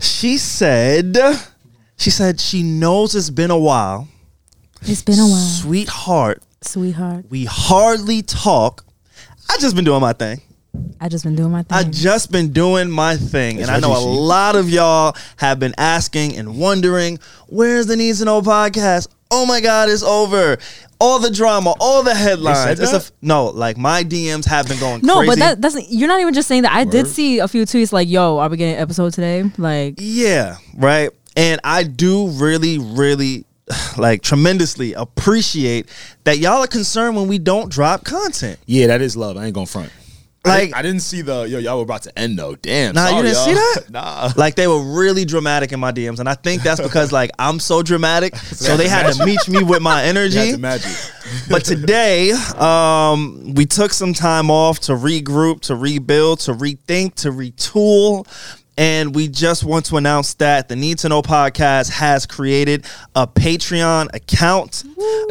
She said, she said she knows it's been a while. It's been a while, Sweetheart, sweetheart. we hardly talk. I just been doing my thing. I just been doing my I thing. just been doing my thing, and It's I know a Reggie Sheep. lot of y'all have been asking and wondering, where's the Needs to Know podcast? Oh my God, it's over! All the drama, all the headlines. It's a that? f- no, like my DMs have been going no, crazy. but that doesn't. You're not even just saying that. I did Word. see a few tweets like, "Yo, are we getting an episode today?" Like, Yeah, right. And I do really, really, like, tremendously appreciate that y'all are concerned when we don't drop content. Yeah, that is love. I ain't gonna front. Like- I didn't, I didn't see the yo. Y'all were about to end though. Damn. Nah, you sorry, didn't y'all. see that? nah. Like they were really dramatic in my DMs, and I think that's because like I'm so dramatic, so they had to meet me with my You had energy. to magic. But today, um, we took some time off to regroup, to rebuild, to rethink, to retool. And we just want to announce that the Need to Know podcast has created a Patreon account.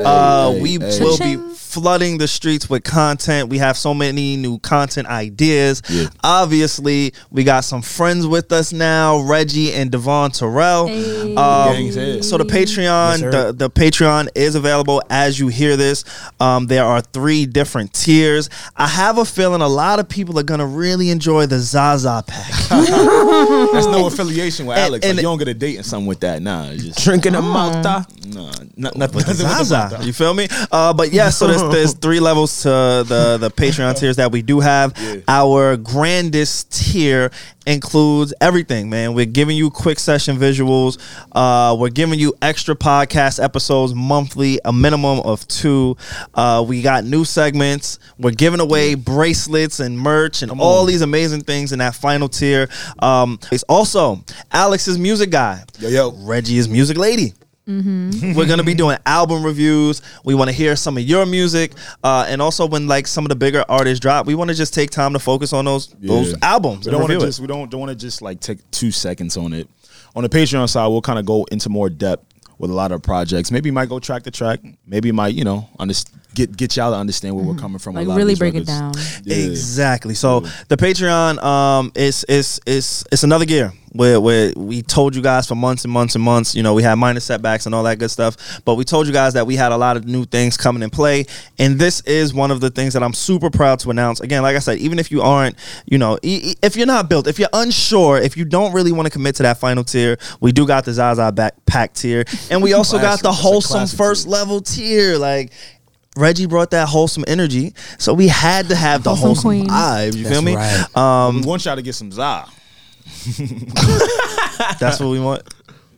Uh, Hey, we hey. will be Cha-ching. flooding the streets with content. We have so many new content ideas. Yeah. Obviously, we got some friends with us now, Reggie and Devon Terrell. Hey. Um, Gang's head. so the Patreon, Yes, sir. the, the Patreon is available as you hear this. Um, there are three different tiers. I have a feeling a lot of people are gonna really enjoy the Zaza pack. That's no affiliation with And- Alex. and- like, you don't get a date and something with that. Nah. It's just Drinking a malta. nah. Not, But the nothing nothing with the Zaza, Malta. you feel me? Uh, but yeah, so there's, there's three levels to the the Patreon tiers that we do have. Our grandest tier includes everything, man. We're giving you quick session visuals. Uh, we're giving you extra podcast episodes monthly, a minimum of two. Uh, we got new segments. We're giving away bracelets and merch and all these amazing things in that final tier. Um, it's also Alex's music guy. Yo, yo. Reggie is music lady. We're gonna be doing album reviews. We want to hear some of your music, uh, and also when like some of the bigger artists drop, we want to just take time to focus on those those Yeah. albums. and We don't want to review it. just we don't don't want to just like take two seconds on it. On the Patreon side, we'll kind of go into more depth with a lot of projects. Maybe might go track to track. Maybe might you know under, get get y'all to understand where Mm-hmm. we're coming from. like with a lot of really these break it records. down. Yeah. Exactly. So the Patreon um is is is it's another gear where where we told you guys for months and months and months, you know, we had minor setbacks and all that good stuff. But we told you guys that we had a lot of new things coming in play. And this is one of the things that I'm super proud to announce. Again, like I said, even if you aren't, you know, e- e- if you're not built, if you're unsure, if you don't really want to commit to that final tier, we do got the Zaza back pack tier. And we also got Classic. the That's a wholesome classic first tier. level tier. Like Reggie brought that wholesome energy, so we had to have the Wholesome wholesome queen. vibe. You feel me? right. Um, we want y'all to get some za. that's what we want.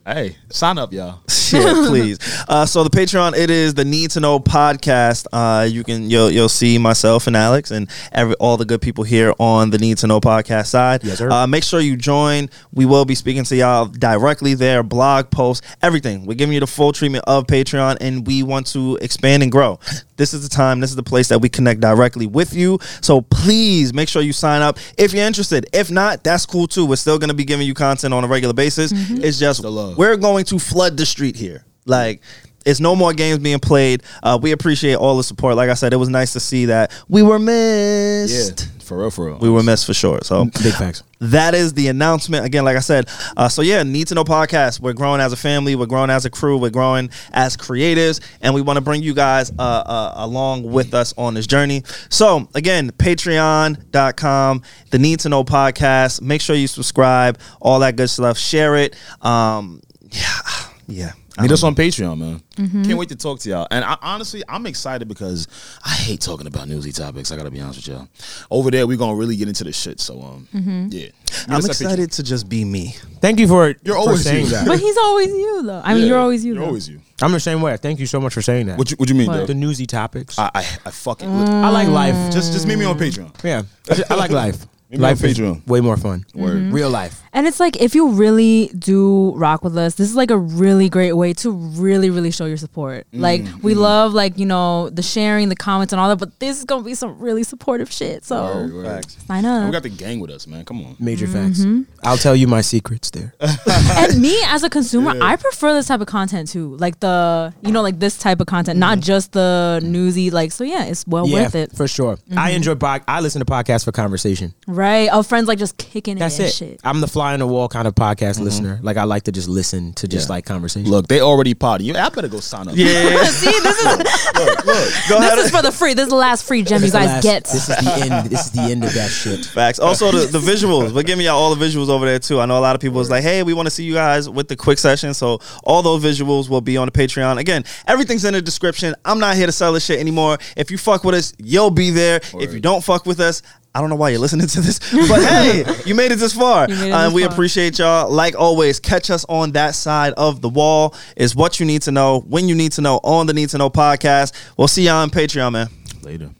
Hey, sign up, y'all. Yeah, please. Uh, so the Patreon, it is the Need to Know podcast. Uh, you can you'll, you'll see myself and Alex and every all the good people here on the Need to Know podcast side. Yes, sir. Uh, make sure you join. We will be speaking to y'all directly there, blog posts, everything. We're giving you the full treatment of Patreon, and we want to expand and grow. This is the time. This is the place that we connect directly with you. So please make sure you sign up if you're interested. If not, that's cool too. We're still going to be giving you content on a regular basis. It's just The love. we're we're going to flood the street here. Like, it's no more games being played. Uh, we appreciate all the support. Like I said, it was nice to see that we were Yeah, missed. for real, for real. We were missed for sure. So Big facts. that is the announcement. Again, like I said, uh, so yeah, Need to Know podcast. We're growing as a family. We're growing as a crew. We're growing as creatives, and we want to bring you guys uh, uh, along with us on this journey. So again, Patreon.com, the Need to Know podcast. Make sure you subscribe, all that good stuff. Share it. Um, yeah, yeah. Meet us on Patreon, man. Mm-hmm. Can't wait to talk to y'all. And I, honestly, I'm excited because I hate talking about newsy topics. I gotta be honest with y'all. Over there, we're gonna really get into the shit. So, um, Mm-hmm. yeah, Meet I'm us at Patreon. excited to just be me. Thank you for You're for always saying you. that. But he's always you, though. I mean, Yeah, you're always you. You're though. always you. I'm the same way. Thank you so much for saying that. What you, what you mean, What? Mm. the though? newsy topics. I, I, I fucking I like life. just just meet me on Patreon. Yeah, I like life. Maybe life on is Patreon. way more fun. Word. Mm-hmm. Real life. And it's like if you really do rock with us, this is like a really great way to really, really show your support. Like Mm-hmm. we love like, you know, the sharing, the comments and all that, but this is gonna be some really supportive shit. So Word, Oh, word. sign And up. We got the gang with us, man. Come on. Major Mm-hmm. facts. I'll tell you my secrets there. Oh, and me as a consumer, I prefer this type of content too. Like the you know, like this type of content, not just the newsy, like so yeah, it's well Mm-hmm. yeah, worth it. Mm-hmm. for sure. I enjoy pod- I listen to podcasts for conversation. Right. Our friends like just kicking That's it and it. shit. I'm the fly on the wall kind of podcast listener. Like I like to just listen to just Mm-hmm. Yeah. like conversations. Look, they already potty. You, I better go sign up. Yeah. See, this is Look, look. Go ahead. this is for the free. This is the last free gem This you is guys the last- get. This is the end. This is the end of that shit. Facts. Also, the, the visuals. We're giving y'all all the visuals over there too. I know a lot of people was like, "Hey, we want to see you guys with the quick session." So all those visuals will be on the Patreon. Again, everything's in the description. I'm not here to sell this shit anymore. If you fuck with us, you'll be there. If you don't fuck with us. I don't know why you're listening to this, but hey, you made it this far. You made it Uh, and this we far. appreciate y'all. Like always, catch us on that side of the wall is what you need to know, when you need to know, on the Need to Know podcast. We'll see y'all on Patreon, man. Later.